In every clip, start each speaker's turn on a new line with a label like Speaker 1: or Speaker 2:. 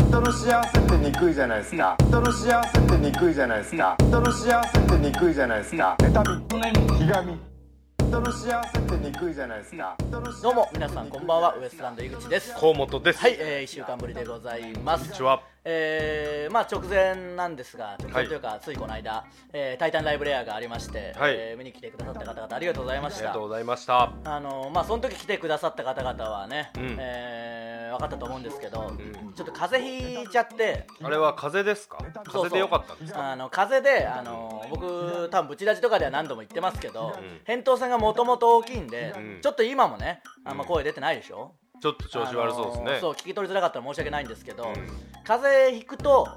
Speaker 1: 人の幸せってにくいじゃないですか人の幸せってにくいじゃないですか人の幸せってにくいじゃないですか妬みひがみ人の幸せってにくいじゃないですか
Speaker 2: どうも皆さんこんばんはウエストランド井口です
Speaker 3: 河本です。
Speaker 2: はい、えー、1週間ぶりでございますこん
Speaker 3: にちは
Speaker 2: えー、まあ直前なんですが直前というか、ついこの間、えー「タイタンライブレア」がありまして、
Speaker 3: はい
Speaker 2: えー見に来てくださった方々ありがとうございま
Speaker 3: あ
Speaker 2: し
Speaker 3: りが
Speaker 2: た
Speaker 3: とうございました。
Speaker 2: あのまあその時来てくださった方々はね、
Speaker 3: ん
Speaker 2: えー分かったと思うんですけど、ちょっと風邪ひいちゃって
Speaker 3: あれは風邪ですか？風邪でよかったんですか？
Speaker 2: あの風邪であの僕多分ブチラジとかでは何度も言ってますけど、扁桃腺がもともと大きいんで、
Speaker 3: うん
Speaker 2: ちょっと今もねあんま声出てないでしょ、
Speaker 3: ちょっと調子悪そうです
Speaker 2: あの
Speaker 3: ね。
Speaker 2: そう聞き取りづらかったら申し訳ないんですけど、
Speaker 3: ん
Speaker 2: 風邪ひくと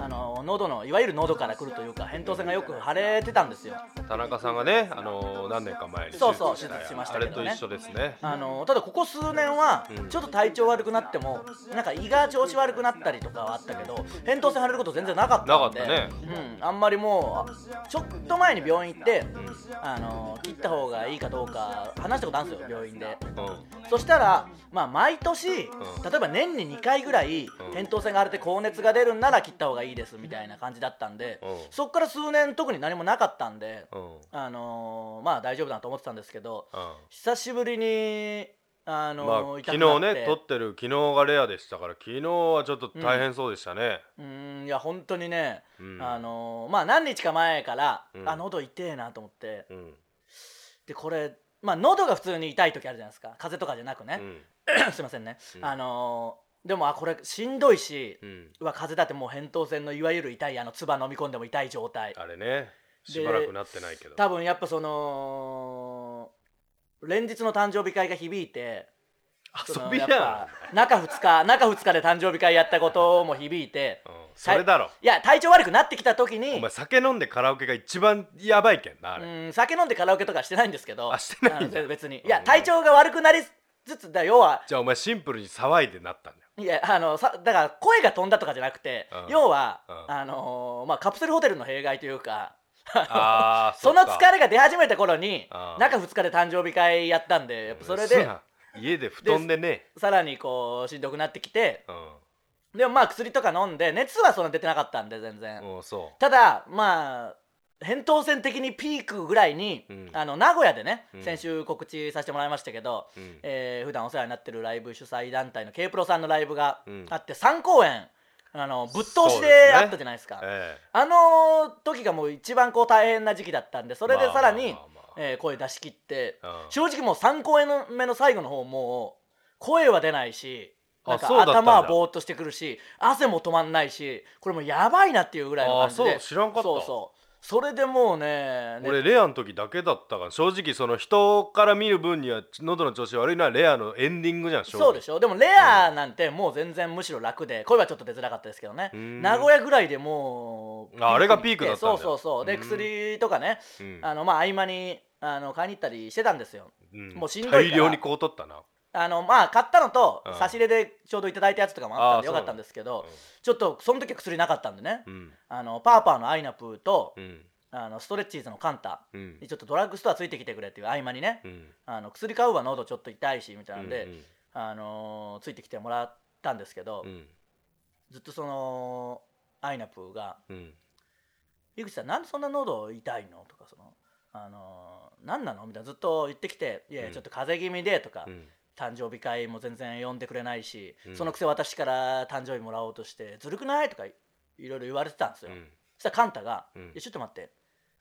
Speaker 2: あの喉のいわゆる喉から来るというか扁桃腺がよく腫れてたんですよ
Speaker 3: 田中さんがね、あのー何年か前に
Speaker 2: そうそう手
Speaker 3: や
Speaker 2: 術しまし
Speaker 3: あ
Speaker 2: たけ
Speaker 3: れ
Speaker 2: ど
Speaker 3: と
Speaker 2: ね
Speaker 3: 一緒ですね。
Speaker 2: あのただここ数年はちょっと体調悪くなってもなんか胃が調子悪くなったりとかはあったけど扁桃腺腫れること全然なかったんで
Speaker 3: なかっ
Speaker 2: うん、あんまりもうちょっと前に病院行って、あの切った方がいいかどうか話したことあるんですよ病院で。
Speaker 3: うん。
Speaker 2: そしたら、まあ、毎年、例えば年に2回ぐらい
Speaker 3: ん
Speaker 2: 扁桃腺が荒れて高熱が出るんなら切った方がいいですみたいな感じだったんで、
Speaker 3: うん
Speaker 2: そこから数年特に何もなかったんで、
Speaker 3: うん。うん。
Speaker 2: あのーまあ大丈夫だなと思ってたんですけど久しぶりに、あ
Speaker 3: まあ
Speaker 2: のー痛
Speaker 3: 昨
Speaker 2: く
Speaker 3: 日
Speaker 2: なって
Speaker 3: ね撮ってる昨日がレアでしたから昨日はちょっと大変そうでしたね。
Speaker 2: うーんいや本当にね、
Speaker 3: うん
Speaker 2: あのーまあ何日か前から、
Speaker 3: うん
Speaker 2: あ喉痛えなと思って
Speaker 3: うん。うん。
Speaker 2: でこれまあ喉が普通に痛い時あるじゃないですか風邪とかじゃなくね、 すいませんね、
Speaker 3: うん
Speaker 2: あのーでもあこれしんどいし、
Speaker 3: うん
Speaker 2: うわ風邪だってもう扁桃腺のいわゆる痛いあの唾飲み込んでも痛い状態
Speaker 3: あれね。しばらくなってないけど。
Speaker 2: 多分やっぱその連日の誕生日会が響いてそ
Speaker 3: 遊
Speaker 2: の
Speaker 3: び
Speaker 2: や
Speaker 3: や
Speaker 2: っ
Speaker 3: ん。
Speaker 2: ぱ中2日 中2日で誕生日会やったことも響いて
Speaker 3: うん。それだろ。
Speaker 2: いや体調悪くなってきた時
Speaker 3: お
Speaker 2: に
Speaker 3: 前酒飲んでカラオケが一番やばいけんなあれ。
Speaker 2: うん酒飲んでカラオケとかしてないんですけど
Speaker 3: あしてないんだ
Speaker 2: あの全然別にいや
Speaker 3: うん
Speaker 2: 体調が悪くなりつつだ要は
Speaker 3: じゃあお前シンプルに騒いでなったんだよ。
Speaker 2: いやあのさだから声が飛んだとかじゃなくて、
Speaker 3: うん
Speaker 2: 要は、
Speaker 3: うん
Speaker 2: あのーまあ、カプセルホテルの弊害というか
Speaker 3: ああ
Speaker 2: その
Speaker 3: っか
Speaker 2: 疲れが出始めた頃に
Speaker 3: あー
Speaker 2: 中2日で誕生日会やったんでやっぱそれ
Speaker 3: うっす
Speaker 2: で
Speaker 3: な家で布団でね
Speaker 2: さらにこうしんどくなってきて
Speaker 3: う
Speaker 2: でもまあ薬とか飲んで熱はそんな出てなかったんで全然
Speaker 3: んもうそ
Speaker 2: ただまあ扁桃腺的にピークぐらいに、
Speaker 3: うん
Speaker 2: あの名古屋でね、
Speaker 3: うん
Speaker 2: 先週告知させてもらいましたけど、
Speaker 3: う、うん
Speaker 2: えー普段お世話になってるライブ主催団体の K プロさんのライブが
Speaker 3: うん
Speaker 2: あって、3公演あのぶっ通し
Speaker 3: そうです
Speaker 2: で
Speaker 3: ね
Speaker 2: あったじゃないですか
Speaker 3: え
Speaker 2: あの時がもう一番こう大変な時期だったんでそれでさらに
Speaker 3: まあまあまあ
Speaker 2: えー声出し切って
Speaker 3: えうん
Speaker 2: 正直もう3公演目の最後の方もう声は出ないし
Speaker 3: あ
Speaker 2: なんか
Speaker 3: そうだったんだ
Speaker 2: 頭はぼーっとしてくるし汗も止まんないしこれもうやばいなっていうぐらいの感じで
Speaker 3: あそう知らんかった
Speaker 2: そうそうそれでもうねね
Speaker 3: 俺レアの時だけだったから正直その人から見る分には喉の調子悪いのはレアのエンディングじゃん正直
Speaker 2: そうでしょでもレアなんてもう全然むしろ楽で声はちょっと出づらかったですけどね
Speaker 3: うん
Speaker 2: 名古屋ぐらいでもう
Speaker 3: ああれがピークだったんだ
Speaker 2: そうそうそうで
Speaker 3: うん
Speaker 2: 薬とかね
Speaker 3: うん
Speaker 2: あのまあ合間にあの買いに行ったりしてたんですよ
Speaker 3: うん
Speaker 2: もうしんどいから
Speaker 3: 大量にこう取ったな
Speaker 2: あのまあ買ったのと
Speaker 3: うん
Speaker 2: 差し入れでちょうどいただいたやつとかもあったんで
Speaker 3: あ
Speaker 2: よ
Speaker 3: ー
Speaker 2: かったんですけど
Speaker 3: そうなんだ
Speaker 2: ちょっとその時は薬なかったんでね
Speaker 3: うん
Speaker 2: あのパーパーのアイナプーと
Speaker 3: うん
Speaker 2: あのストレッチーズのカンタ
Speaker 3: うん
Speaker 2: にちょっとドラッグストアついてきてくれっていう合間にね
Speaker 3: うん
Speaker 2: あの薬買うわ喉ちょっと痛いしみたいなんで
Speaker 3: うん
Speaker 2: あのーついてきてもらったんですけど
Speaker 3: うん
Speaker 2: ずっとそのアイナプーが
Speaker 3: うん
Speaker 2: 「井口さんなんでそんな喉痛いの?」とかその。あのー何なのみたいなずっと言ってきて「いやいや
Speaker 3: うん
Speaker 2: ちょっと風邪気味で」とか、
Speaker 3: うん
Speaker 2: 誕生日会も全然呼んでくれないし、
Speaker 3: うん
Speaker 2: そのくせ私から誕生日もらおうとしてずるくないとかいいろいろ言われてたんです
Speaker 3: う
Speaker 2: よ、
Speaker 3: ん
Speaker 2: そしたらカンタが、
Speaker 3: うん
Speaker 2: いやちょっと待って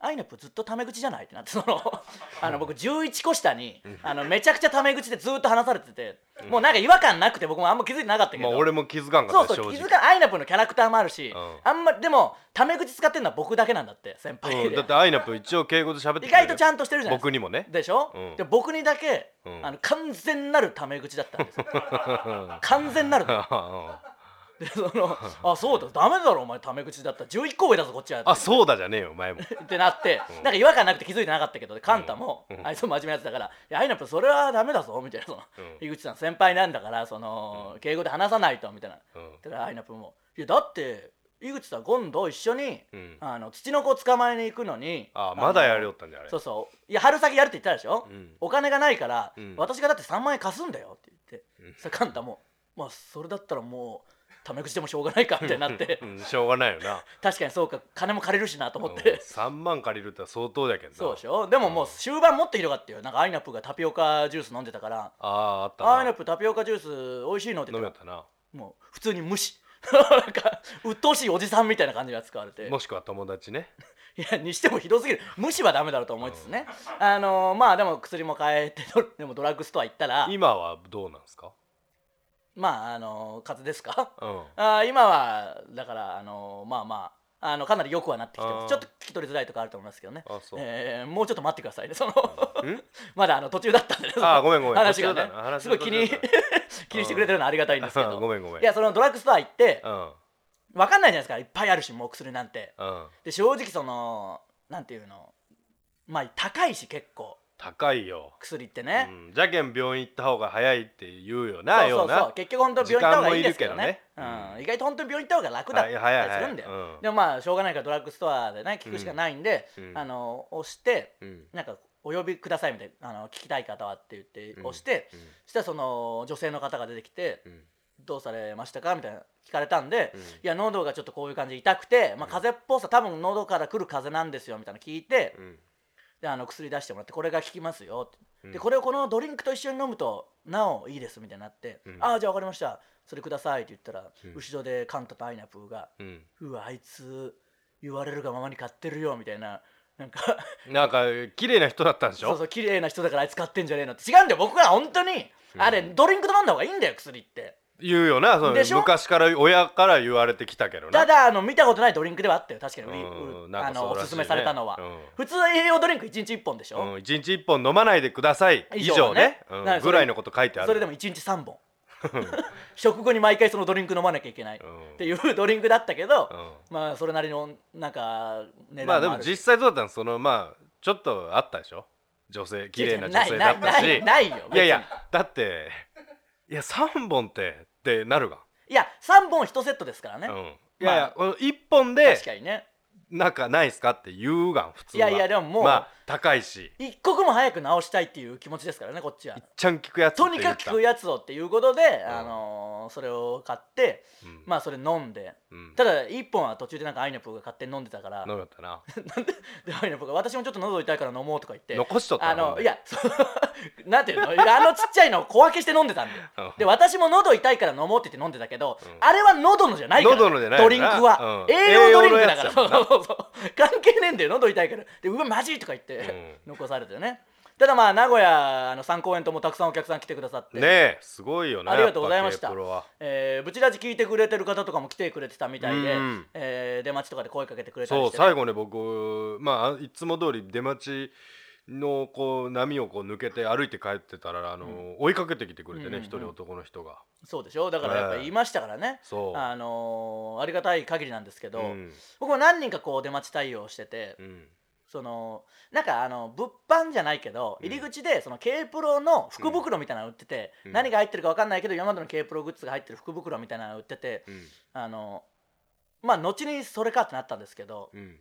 Speaker 2: アイナップずっとタメ口じゃないってなってそのあの僕11個下にあのめちゃくちゃタメ口でずっと話されてて、もうなんか違和感なくて僕もあんま気づいてなかったけど、
Speaker 3: まあ俺も気づかんか
Speaker 2: そ
Speaker 3: っ
Speaker 2: う
Speaker 3: た
Speaker 2: そう気
Speaker 3: 正
Speaker 2: づかアイナップのキャラクターもあるし、
Speaker 3: うん
Speaker 2: あんまでもタメ口使ってるのは僕だけなんだって先輩
Speaker 3: 直
Speaker 2: で、
Speaker 3: うんだってアイナップ一応敬語で喋って
Speaker 2: 意外とちゃ
Speaker 3: ん
Speaker 2: んとしてるじゃないですか
Speaker 3: 僕にもね
Speaker 2: でしょ、
Speaker 3: うん
Speaker 2: で僕にだけ、
Speaker 3: うん
Speaker 2: あの完全なるタメ口だったんですよ完全なるで
Speaker 3: あ
Speaker 2: その「あそうだダメだろお前タメ口だった11個上だぞこっちは」っ
Speaker 3: そうだじゃねえよお前も
Speaker 2: てなって、なんか違和感なくて気づいてなかったけどカンタも、
Speaker 3: うん
Speaker 2: あいつも真面目なやつだから「いやアイナップそれはダメだぞ」みたいなその、
Speaker 3: うん
Speaker 2: 井口さん先輩なんだからその、敬語で話さないと」みたいな。
Speaker 3: うん
Speaker 2: でアイナップも「いやだって井口さん今度一緒に、
Speaker 3: うん
Speaker 2: あの土の子捕まえに行くのに
Speaker 3: あまだや
Speaker 2: る
Speaker 3: りよったんじゃあれ
Speaker 2: そうそういや春先やるって言ったでしょ、
Speaker 3: うん
Speaker 2: お金がないから、
Speaker 3: うん
Speaker 2: 私がだって3万円貸すんだよって言って、
Speaker 3: うん
Speaker 2: それカンタもまあそれだったらもうタメ口でもしょうがないかみたいになって
Speaker 3: うん、しょうがないよな
Speaker 2: 確かにそうか金も借りるしなと思っ
Speaker 3: うん
Speaker 2: て
Speaker 3: 3万借りるって相当だけど な
Speaker 2: そうでしょでももう終盤もっとひどかったよなんかアイナップがタピオカジュース飲んでたから
Speaker 3: あああったな
Speaker 2: アイナップタピオカジュース美味しいのって言
Speaker 3: 飲み
Speaker 2: っ
Speaker 3: や
Speaker 2: た
Speaker 3: っ
Speaker 2: ら
Speaker 3: たな
Speaker 2: もう普通に無視 なんか鬱陶しいおじさんみたいな感じが使われて
Speaker 3: もしくは友達ね
Speaker 2: いやにしてもひどすぎる無視はダメだろうと思いつつね、あのーまあでも薬も変えて ドでもドラッグストア行ったら
Speaker 3: 今はどうなんですか
Speaker 2: まああのー風邪ですか
Speaker 3: うん
Speaker 2: あー今はだからあのーまあまああのかなり良くはなってきてま
Speaker 3: あー
Speaker 2: すちょっと聞き取りづらいとかあると思いますけどね
Speaker 3: あそう
Speaker 2: えーもうちょっと待ってくださいねその
Speaker 3: ん
Speaker 2: まだあの途中だったんでね
Speaker 3: あーごめんごめん
Speaker 2: 話
Speaker 3: 途
Speaker 2: が
Speaker 3: 中だ
Speaker 2: ね
Speaker 3: な話
Speaker 2: す
Speaker 3: の
Speaker 2: ご
Speaker 3: 途
Speaker 2: い気
Speaker 3: 中だな
Speaker 2: に気にしてくれてるのはありがたいんですけど
Speaker 3: ごめんごめん
Speaker 2: いやそのドラッグストア行って
Speaker 3: うん
Speaker 2: 分かんないじゃないですかいっぱいあるしもう薬なんて
Speaker 3: うん
Speaker 2: で正直そのなんていうのまあ高いし結構
Speaker 3: 高いよ
Speaker 2: 薬って
Speaker 3: う
Speaker 2: ね、
Speaker 3: んじゃけん病院行った方が早いって言うよ
Speaker 2: そ
Speaker 3: な
Speaker 2: うそ
Speaker 3: よ
Speaker 2: うそ
Speaker 3: うな
Speaker 2: う結局本当病院行った方がいいですけどね
Speaker 3: 時間もいるけどね
Speaker 2: うん、意外と本当に病院行った方が楽だったり
Speaker 3: はいはいはい
Speaker 2: するんだよ、
Speaker 3: うん
Speaker 2: でもまあしょうがないからドラッグストアでね聞くしかないんで、
Speaker 3: うん
Speaker 2: あの押して
Speaker 3: うん
Speaker 2: なんかお呼びくださいみたいなあの聞きたい方はって言って
Speaker 3: うん
Speaker 2: 押して、
Speaker 3: うん
Speaker 2: そしたらその女性の方が出てきて
Speaker 3: うん
Speaker 2: 「どうされましたか?」みたいな聞かれたんで「
Speaker 3: うん
Speaker 2: いや喉がちょっとこういう感じで痛くて、まあ、風邪っぽさ多分喉から来る風邪なんですよ」みたいなの聞いて、
Speaker 3: うん
Speaker 2: であの薬出してもらってこれが効きますよって、
Speaker 3: うん
Speaker 2: でこれをこのドリンクと一緒に飲むとなおいいですみたいになって、
Speaker 3: うん
Speaker 2: ああじゃあ分かりましたそれくださいって言ったら、
Speaker 3: うん
Speaker 2: 後ろでカンタとアイナプーが
Speaker 3: うん
Speaker 2: 「うわあいつ言われるがままに買ってるよ」みたいななんか
Speaker 3: なんか綺麗な人だったんでし
Speaker 2: そう
Speaker 3: ょ
Speaker 2: そう綺麗な人だからあいつ買ってんじゃねえのって違うんだよ僕は本当に、
Speaker 3: うん
Speaker 2: あれドリンクと飲んだ方がいいんだよ薬って
Speaker 3: 言うよなその
Speaker 2: でしょ
Speaker 3: 昔から親から言われてきたけど
Speaker 2: た
Speaker 3: な
Speaker 2: だあの見たことないドリンクではあったよ確かに売り
Speaker 3: うん
Speaker 2: 売
Speaker 3: なんか
Speaker 2: あの
Speaker 3: そう
Speaker 2: お
Speaker 3: らしいね
Speaker 2: すすめされたのは、
Speaker 3: うん
Speaker 2: 普通は栄養ドリンク1日1本でしょ、
Speaker 3: うん一日一本飲まないでください以
Speaker 2: 以
Speaker 3: 上
Speaker 2: 上
Speaker 3: ね
Speaker 2: ね
Speaker 3: うん
Speaker 2: なんかそ
Speaker 3: ぐ
Speaker 2: れ
Speaker 3: らいのこと書いてある
Speaker 2: それでも1日3本 食後に毎回そのドリンク飲まなきゃいけない
Speaker 3: うん
Speaker 2: っていうドリンクだったけど、
Speaker 3: うん
Speaker 2: まあそれなりのなんか値段
Speaker 3: まあで
Speaker 2: も
Speaker 3: も
Speaker 2: る
Speaker 3: 実際どうだったのそのまあちょっとあったでしょ女性綺麗な女性
Speaker 2: な
Speaker 3: だっ
Speaker 2: い
Speaker 3: たし
Speaker 2: ないないないよ
Speaker 3: いやいやだっていや3本ってってなるが
Speaker 2: いや3本1セットですからね、
Speaker 3: うんいやいや、この1本で
Speaker 2: 確かにね
Speaker 3: なんかないっすかって言うがん普通はい
Speaker 2: やいやでももう
Speaker 3: まあ高いし
Speaker 2: 一刻も早く治したいっていう気持ちですからねこっちは
Speaker 3: ちゃん聞くやつって
Speaker 2: と
Speaker 3: 言
Speaker 2: に
Speaker 3: っ
Speaker 2: か
Speaker 3: た
Speaker 2: く食うやつをっていうことで、あのーそれを買って
Speaker 3: うん
Speaker 2: まあそれ飲んで、
Speaker 3: うん
Speaker 2: ただ1本は途中でなんかアイナプーが勝手に飲んでたから
Speaker 3: 飲みよったな
Speaker 2: でアイナプーが私もちょっと喉痛いから飲もうとか言って
Speaker 3: 残しとった
Speaker 2: あ
Speaker 3: な
Speaker 2: のい やそうなんていうのあのちっちゃいのを小分けして飲んでたんで
Speaker 3: うん
Speaker 2: で私も喉痛いから飲もうって言って飲んでたけど、
Speaker 3: ん
Speaker 2: あれは喉のじゃないから
Speaker 3: 喉のじゃないよな
Speaker 2: ドリンクは、
Speaker 3: うん
Speaker 2: 栄養ドリンクだから
Speaker 3: 栄養のやつだも
Speaker 2: そうん
Speaker 3: な
Speaker 2: そうそう関係ねえんだよ喉痛いからでうわマジとか言って、残されてねただまあ名古屋あの3公演ともたくさんお客さん来てくださって
Speaker 3: ねえすごいよね
Speaker 2: ありがとうございました
Speaker 3: やっぱ K-PRO は
Speaker 2: えー、ブチラジ聞いてくれてる方とかも来てくれてたみたいで、
Speaker 3: うん
Speaker 2: えー出待ちとかで声かけてくれたり
Speaker 3: そう
Speaker 2: してね、
Speaker 3: 最後ね僕まあいつも通り出待ちのこう波をこう抜けて歩いて帰ってたらあの、追いかけてきてくれ
Speaker 2: う
Speaker 3: て
Speaker 2: んうん
Speaker 3: ね
Speaker 2: うん
Speaker 3: 一、人男の人が
Speaker 2: そうでしょだからやっぱりいましたからね、
Speaker 3: そう
Speaker 2: あのーありがたい限りなんですけど、
Speaker 3: うん
Speaker 2: 僕も何人かこう出待ち対応してて、
Speaker 3: うん
Speaker 2: そのなんかあの物販じゃないけど入り口でその K プロの福袋みたいなの売ってて、
Speaker 3: うん
Speaker 2: 何が入ってるか分かんないけど今までの K プログッズが入ってる福袋みたいなの売ってて
Speaker 3: うん
Speaker 2: あのまあ後にそれかってなったんですけど
Speaker 3: うん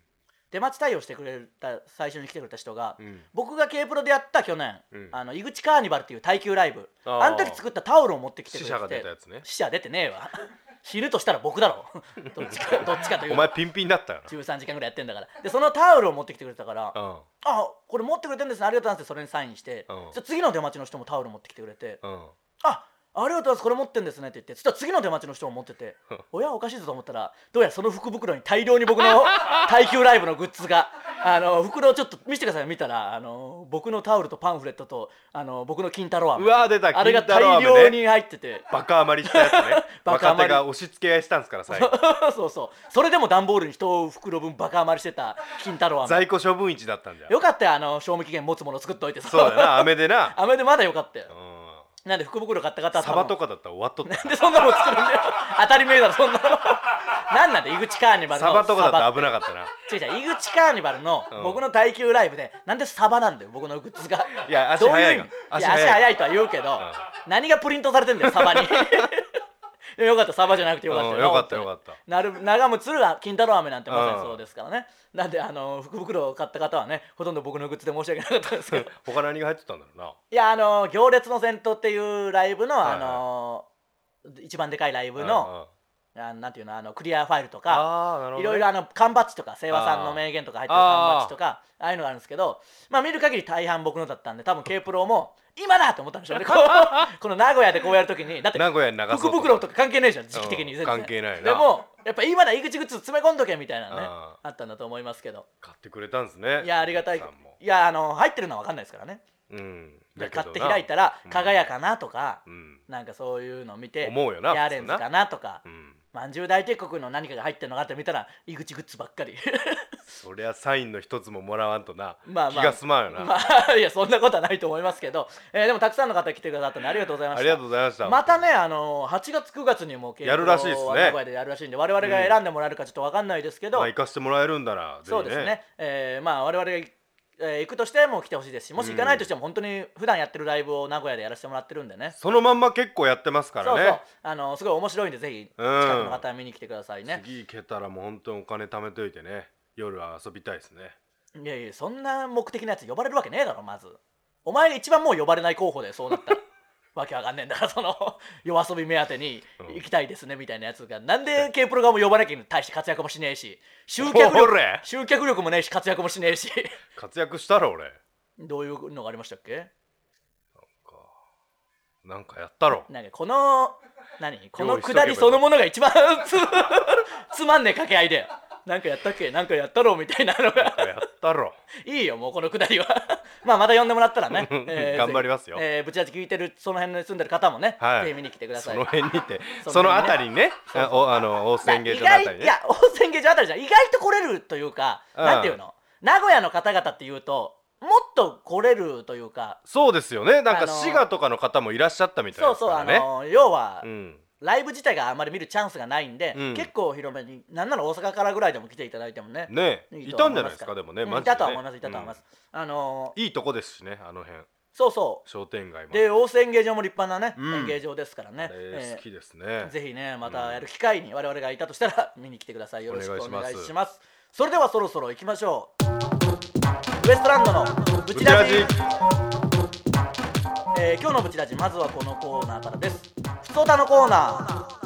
Speaker 2: 出待ち対応してくれた最初に来てくれた人が、
Speaker 3: うん
Speaker 2: 僕が K プロでやった去年、
Speaker 3: うん
Speaker 2: あの井口カーニバルっていう耐久ライブ
Speaker 3: あ
Speaker 2: あ
Speaker 3: ー
Speaker 2: の時作ったタオルを持ってきてく
Speaker 3: 死
Speaker 2: れて
Speaker 3: 者が出たやつね
Speaker 2: 死者出てねえわ 死ぬとしたら僕だろ どっち かどっちかという
Speaker 3: お
Speaker 2: と
Speaker 3: 前ピンピンだったよ
Speaker 2: 13時間ぐらいやってんだからでそのタオルを持ってきてくれたから
Speaker 3: なうん
Speaker 2: あこれ持ってくれてるんですねありがとうございますそれにサインして、
Speaker 3: うん
Speaker 2: そしたら次の出待ちの人もタオル持ってきてくれて、
Speaker 3: うん
Speaker 2: あありがとうございますこれ持ってんですねって言ってそしたら次の出待ちの人も持って ておやおかしいぞと思ったらどうやらその福袋に大量に僕 の耐久ライブのグッズがあの袋をちょっと見せてください見たらあの僕のタオルとパンフレットとあの僕の金太郎飴
Speaker 3: うわー出た
Speaker 2: あれが
Speaker 3: 金太郎
Speaker 2: 大
Speaker 3: 飴ね
Speaker 2: 量に入ってて、
Speaker 3: バカ余りしたやつね
Speaker 2: バカ
Speaker 3: 若
Speaker 2: 余り
Speaker 3: 手が押し付け合いしたんですから最後
Speaker 2: そうそうそれでも段ボールに1袋分バカ余りしてた金太郎飴
Speaker 3: 在庫処分市だったんじゃん
Speaker 2: よかったよあの賞味期限持つもの作っといてさ
Speaker 3: そうだな飴でな、
Speaker 2: 飴でまだよかったよ
Speaker 3: う ん、
Speaker 2: なんで福袋買った方は
Speaker 3: サバと
Speaker 2: か
Speaker 3: かだったら終わっとった
Speaker 2: でそんなもん作るんだよ当たり前だろそんなのなんなんだ井口カーニバルの
Speaker 3: サバとかだ
Speaker 2: サ
Speaker 3: ったら危なかったな
Speaker 2: 違う違う井口カーニバルの
Speaker 3: うん
Speaker 2: 僕の耐久ライブで、なんでサバなんだよ僕のグッズが
Speaker 3: いや足
Speaker 2: どうう
Speaker 3: 速い
Speaker 2: 意
Speaker 3: よ
Speaker 2: 味い
Speaker 3: 足
Speaker 2: や
Speaker 3: 速い
Speaker 2: 足速いとは言うけど、何がプリントされてんだよサバ にでもよかったサバじゃなくてよかった
Speaker 3: うんよかったよか
Speaker 2: っ
Speaker 3: った
Speaker 2: なる長む鶴は金太郎飴なんてまさにそうですからね、なんであの福袋を買った方はねほとんど僕のグッズで申し訳なかったんです けど
Speaker 3: 他何が入ってたんだろうない
Speaker 2: やあの行列の先頭っていうライブの、
Speaker 3: はいはい
Speaker 2: あの一番でかいライブ
Speaker 3: うん
Speaker 2: の、
Speaker 3: うん
Speaker 2: あなんていうのあのクリアファイルとか
Speaker 3: ああなる
Speaker 2: い
Speaker 3: ほどね
Speaker 2: ろいろあの缶バッジとか清和さんの名言とか入ってる缶バッジとかああいうのがあるんですけどまあ見る限り大半僕のだったんで多分 K プロも今だと思ったんで しょうねこうこの 名古屋でこうやるときにだって
Speaker 3: 名古屋に流そう
Speaker 2: 福袋とか関係ないじゃん時期的に
Speaker 3: うん
Speaker 2: 全然
Speaker 3: 関係ないな
Speaker 2: でもやっぱ今だ入り口グッズ詰め込んどけみたいなのね
Speaker 3: あ
Speaker 2: あったんだと思いますけど
Speaker 3: 買ってくれたんですね
Speaker 2: いやありがたい
Speaker 3: さんも
Speaker 2: いやあの入ってるのは分かんないですからね
Speaker 3: うん
Speaker 2: 買って開いたら輝かなとか
Speaker 3: うん
Speaker 2: なんかそういうのを見て
Speaker 3: 思うよな
Speaker 2: ヤーレンズかなとか
Speaker 3: うん
Speaker 2: まんじゅう大帝国の何かが入ってるのがあって見たら入り口グッズばっかり
Speaker 3: そりゃサインの一つももらわんとな気
Speaker 2: まあまあ
Speaker 3: が済まんよな
Speaker 2: まあいやそんなことはないと思いますけど、えーでもたくさんの方来てくださったんでありがとうございました
Speaker 3: ありがとうございました
Speaker 2: またね、あの8月9月にも
Speaker 3: やるらしいですね
Speaker 2: 名古屋でやるらしいんで我々が選んでもらえるかちょっとわかんないですけど、
Speaker 3: まあ行かせてもらえるんだらぜひ
Speaker 2: そうですね、えーまあ我々が、えー行くとしても来てほしいですしもし行かないとしても本当に普段やってるライブを名古屋でやらせてもらってるんでね
Speaker 3: そのまんま結構やってますから
Speaker 2: そうそう
Speaker 3: ね
Speaker 2: あのすごい面白いんでぜひ近く
Speaker 3: うん
Speaker 2: の方は見に来てくださいね、
Speaker 3: 次行けたらもう本当にお金貯めといてね夜は遊びたいですね
Speaker 2: いやいやそんな目的のやつ呼ばれるわけねえだろまずお前が一番もう呼ばれない候補でそうなった らわけわかんねえんだからその 夜遊び目当てに
Speaker 3: うん
Speaker 2: 行きたいですねみたいなやつがなんで K プロ側も呼ばなきゃに対して活躍もしねえ し集客
Speaker 3: ほ
Speaker 2: 力
Speaker 3: れ
Speaker 2: 集客力もねえし活躍もしねえし
Speaker 3: 活躍したろ俺
Speaker 2: どういうのがありましたっけ
Speaker 3: なんかやったろ
Speaker 2: なんかこの何この
Speaker 3: 用意し
Speaker 2: く
Speaker 3: とけば
Speaker 2: だ
Speaker 3: よ
Speaker 2: りそのものが一番つつ まんねえ掛け合いでなんかやったっけなんかやったろうみたいなのが
Speaker 3: やったろ
Speaker 2: いいよもうこのくだりは まあまた呼んでもらったらね、
Speaker 3: 頑張りますよ
Speaker 2: ぜひえーぶちあち聞いてるその辺に住んでる方もね、
Speaker 3: はい
Speaker 2: ぜひ見に来てくださ
Speaker 3: そ
Speaker 2: い
Speaker 3: の 辺にて
Speaker 2: そ
Speaker 3: そ
Speaker 2: の
Speaker 3: の
Speaker 2: 辺
Speaker 3: 辺りにねあおあの大宣言所の
Speaker 2: まあ
Speaker 3: あ
Speaker 2: 意
Speaker 3: た
Speaker 2: 外
Speaker 3: り
Speaker 2: い
Speaker 3: ね
Speaker 2: や温泉芸場あたりじゃん意外と来れるというか、
Speaker 3: うん
Speaker 2: なんていうの名古屋の方々っていうともっと来れるというか
Speaker 3: そうですよねなん
Speaker 2: あ
Speaker 3: か
Speaker 2: のー
Speaker 3: 滋賀とかの方もいらっしゃったみたい
Speaker 2: そ
Speaker 3: で
Speaker 2: う
Speaker 3: す
Speaker 2: そう
Speaker 3: か
Speaker 2: あ
Speaker 3: らね
Speaker 2: の要は、
Speaker 3: うん
Speaker 2: ライブ自体があんまり見るチャンスがないんで、
Speaker 3: うん
Speaker 2: 結構広めになんなら大阪からぐらいでも来ていただいてもね
Speaker 3: ねいたんじゃないですかでもね
Speaker 2: ま
Speaker 3: マ
Speaker 2: い
Speaker 3: ジで
Speaker 2: た
Speaker 3: ね
Speaker 2: とは思いますいたとは思います、あの
Speaker 3: うんいいとこですしねあの辺
Speaker 2: そうそ
Speaker 3: 商店街
Speaker 2: う
Speaker 3: も
Speaker 2: で温泉芸場も立派なね、
Speaker 3: うん
Speaker 2: 演芸場ですからね、
Speaker 3: あれ
Speaker 2: えー
Speaker 3: 好きですね
Speaker 2: ぜひねまたやる機会に我々がいたとしたら 見に来てくださいよろしくお願いしますそれではそろそろ行きましょうウエストランドのブチラジ
Speaker 3: ブチラジ
Speaker 2: えー今日のブチラジまずはこのコーナーからです普通歌のコーナー、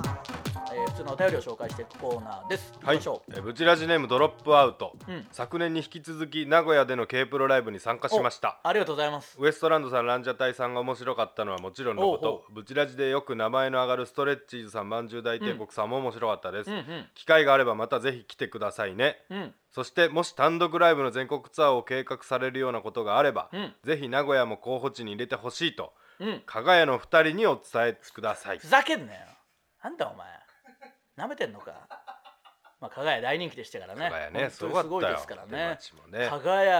Speaker 2: えー普通のお便りを紹介していくコーナーです行き
Speaker 3: はい
Speaker 2: ましょう、
Speaker 3: えブチラジネームドロップアウト
Speaker 2: うん
Speaker 3: 昨年に引き続き名古屋での K プロライブに参加しました
Speaker 2: ありがとうございます
Speaker 3: ウエストランドさんランジャタイさんが面白かったのはもちろんのこ
Speaker 2: おう
Speaker 3: とブチラジでよく名前の上がるストレッチーズさんまんじゅう大帝国さんも面白かったです、
Speaker 2: うんうん
Speaker 3: 機会があればまたぜひ来てくださいね
Speaker 2: うん
Speaker 3: そしてもし単独ライブの全国ツアーを計画されるようなことがあれば、
Speaker 2: うん
Speaker 3: ぜひ名古屋も候補地に入れてほしいと
Speaker 2: うん
Speaker 3: 加賀屋の2人にお伝えください
Speaker 2: ふざけんなよなんだお前なめてんのかまあ加賀屋大人気でしたからね
Speaker 3: 加賀屋ねす
Speaker 2: 本
Speaker 3: ご
Speaker 2: 当
Speaker 3: か
Speaker 2: に
Speaker 3: っ
Speaker 2: す
Speaker 3: た
Speaker 2: ごいですから
Speaker 3: よ出
Speaker 2: ね
Speaker 3: 待ちもね
Speaker 2: 加賀屋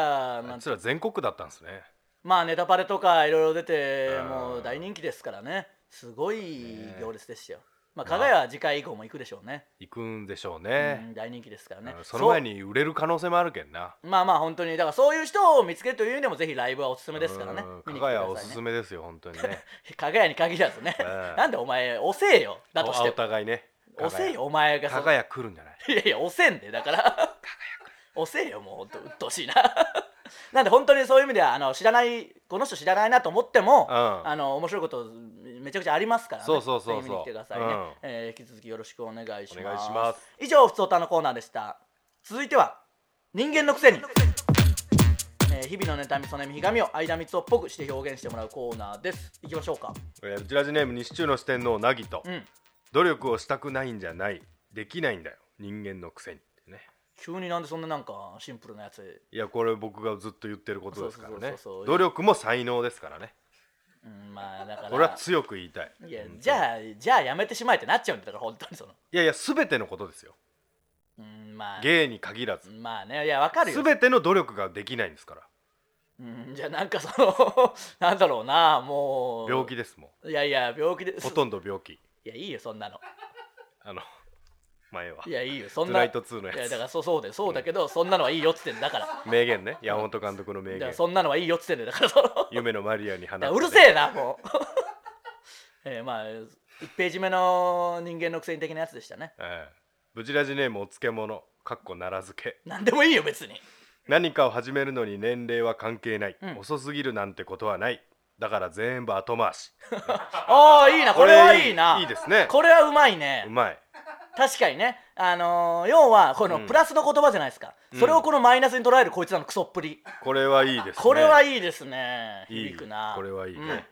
Speaker 2: な
Speaker 3: あい
Speaker 2: んて
Speaker 3: つら全国だったんですね
Speaker 2: まあネタパレとかいろいろ出て
Speaker 3: うん
Speaker 2: もう大人気ですからねすごい
Speaker 3: ね
Speaker 2: 行列でしたよ、まあ加賀屋は次回以降も行くでしょうね、
Speaker 3: 行くんでしょう
Speaker 2: う
Speaker 3: ね、
Speaker 2: ん大人気ですからね
Speaker 3: うんその前
Speaker 2: に
Speaker 3: に売れる可能性もあるけんな
Speaker 2: まあまあ本当にだからそういう人を見つけるという意味でもぜひライブはおすすめですからね
Speaker 3: うん
Speaker 2: 見
Speaker 3: 加
Speaker 2: に来てく
Speaker 3: 賀屋
Speaker 2: だ
Speaker 3: お
Speaker 2: さい
Speaker 3: す
Speaker 2: ね
Speaker 3: す めですよ本当にね
Speaker 2: 加賀屋に限らずね、
Speaker 3: うん
Speaker 2: なんでお前遅えよだとし
Speaker 3: あお
Speaker 2: て
Speaker 3: 互いね
Speaker 2: 遅えよお前がそ
Speaker 3: 加賀屋来るんじゃない
Speaker 2: いやいや、遅えんで、だから。遅えよ、もう、ほんと、うっとうしいな。 なんで、本当にそういう意味では、あの知らない、この人知らないなと思っても、
Speaker 3: うん
Speaker 2: あの面白いこと、めちゃくちゃありますからね。
Speaker 3: そうそうそうそう
Speaker 2: ぜひ見に来てくださいね、
Speaker 3: うん
Speaker 2: えー引き続きよろしくお願いします。
Speaker 3: お願いします
Speaker 2: 以上、ふつおたのコーナーでした。続いては、人間のくせに。えー日々の妬み、そねみ、ひがみを間三つをっぽくして表現してもらうコーナーです。いきましょうか。
Speaker 3: えーうちらじネーム西中の四天王なぎと、
Speaker 2: うん。
Speaker 3: 努力をしたくないんじゃないできないんだよ人間のくせにってね
Speaker 2: 急になんでそんななんかシンプルなやつ、
Speaker 3: いやこれ僕がずっと言ってることですから
Speaker 2: そう
Speaker 3: ね
Speaker 2: そうそうそう
Speaker 3: 努力も才能ですからね
Speaker 2: うん、まあだから
Speaker 3: これは強く言いたい
Speaker 2: いや
Speaker 3: 本当に
Speaker 2: じゃあじゃあやめてしまえってなっちゃうんだから本当にその
Speaker 3: いやいや全てのことですよ
Speaker 2: うんまあ
Speaker 3: 芸に限らず
Speaker 2: まあねいやわかるよ
Speaker 3: 全ての努力ができないんですから
Speaker 2: うんじゃあなんかその なんだろうなもう
Speaker 3: 病気ですも
Speaker 2: いやいや病気で
Speaker 3: んほとんど病気
Speaker 2: いやいいよそんなの
Speaker 3: あの前はい
Speaker 2: やいいよそん
Speaker 3: トゥ
Speaker 2: な
Speaker 3: ナイト2の
Speaker 2: いやだ
Speaker 3: やつ
Speaker 2: からそうそうでそうだけど、そんなのはいいよっつってんだから
Speaker 3: 名言ね山本監督の名
Speaker 2: だか
Speaker 3: 言
Speaker 2: らそんなのはいいよっつってんだよだからその
Speaker 3: 夢のマリアに放
Speaker 2: だからうるせえなもう えー、まあ1ページ目の人間の苦戦的なやつでしたね
Speaker 3: ええブチラジネームお漬物かっこ奈良漬け
Speaker 2: なんでもいいよ別に
Speaker 3: 何かを始めるのに年齢は関係ない、
Speaker 2: うん
Speaker 3: 遅すぎるなんてことはないだから全部後回し
Speaker 2: ああいいなこれはいいな
Speaker 3: これいいですね
Speaker 2: これはうまいね
Speaker 3: うまい
Speaker 2: 確かにね、あのー要はこの
Speaker 3: うん
Speaker 2: プラスの言葉じゃないですか、
Speaker 3: うん
Speaker 2: それをこのマイナスに捉えるこいつらのクソっぷり、
Speaker 3: これはいいですね
Speaker 2: これはいいいですね響くな
Speaker 3: これはいいね、
Speaker 2: うんなん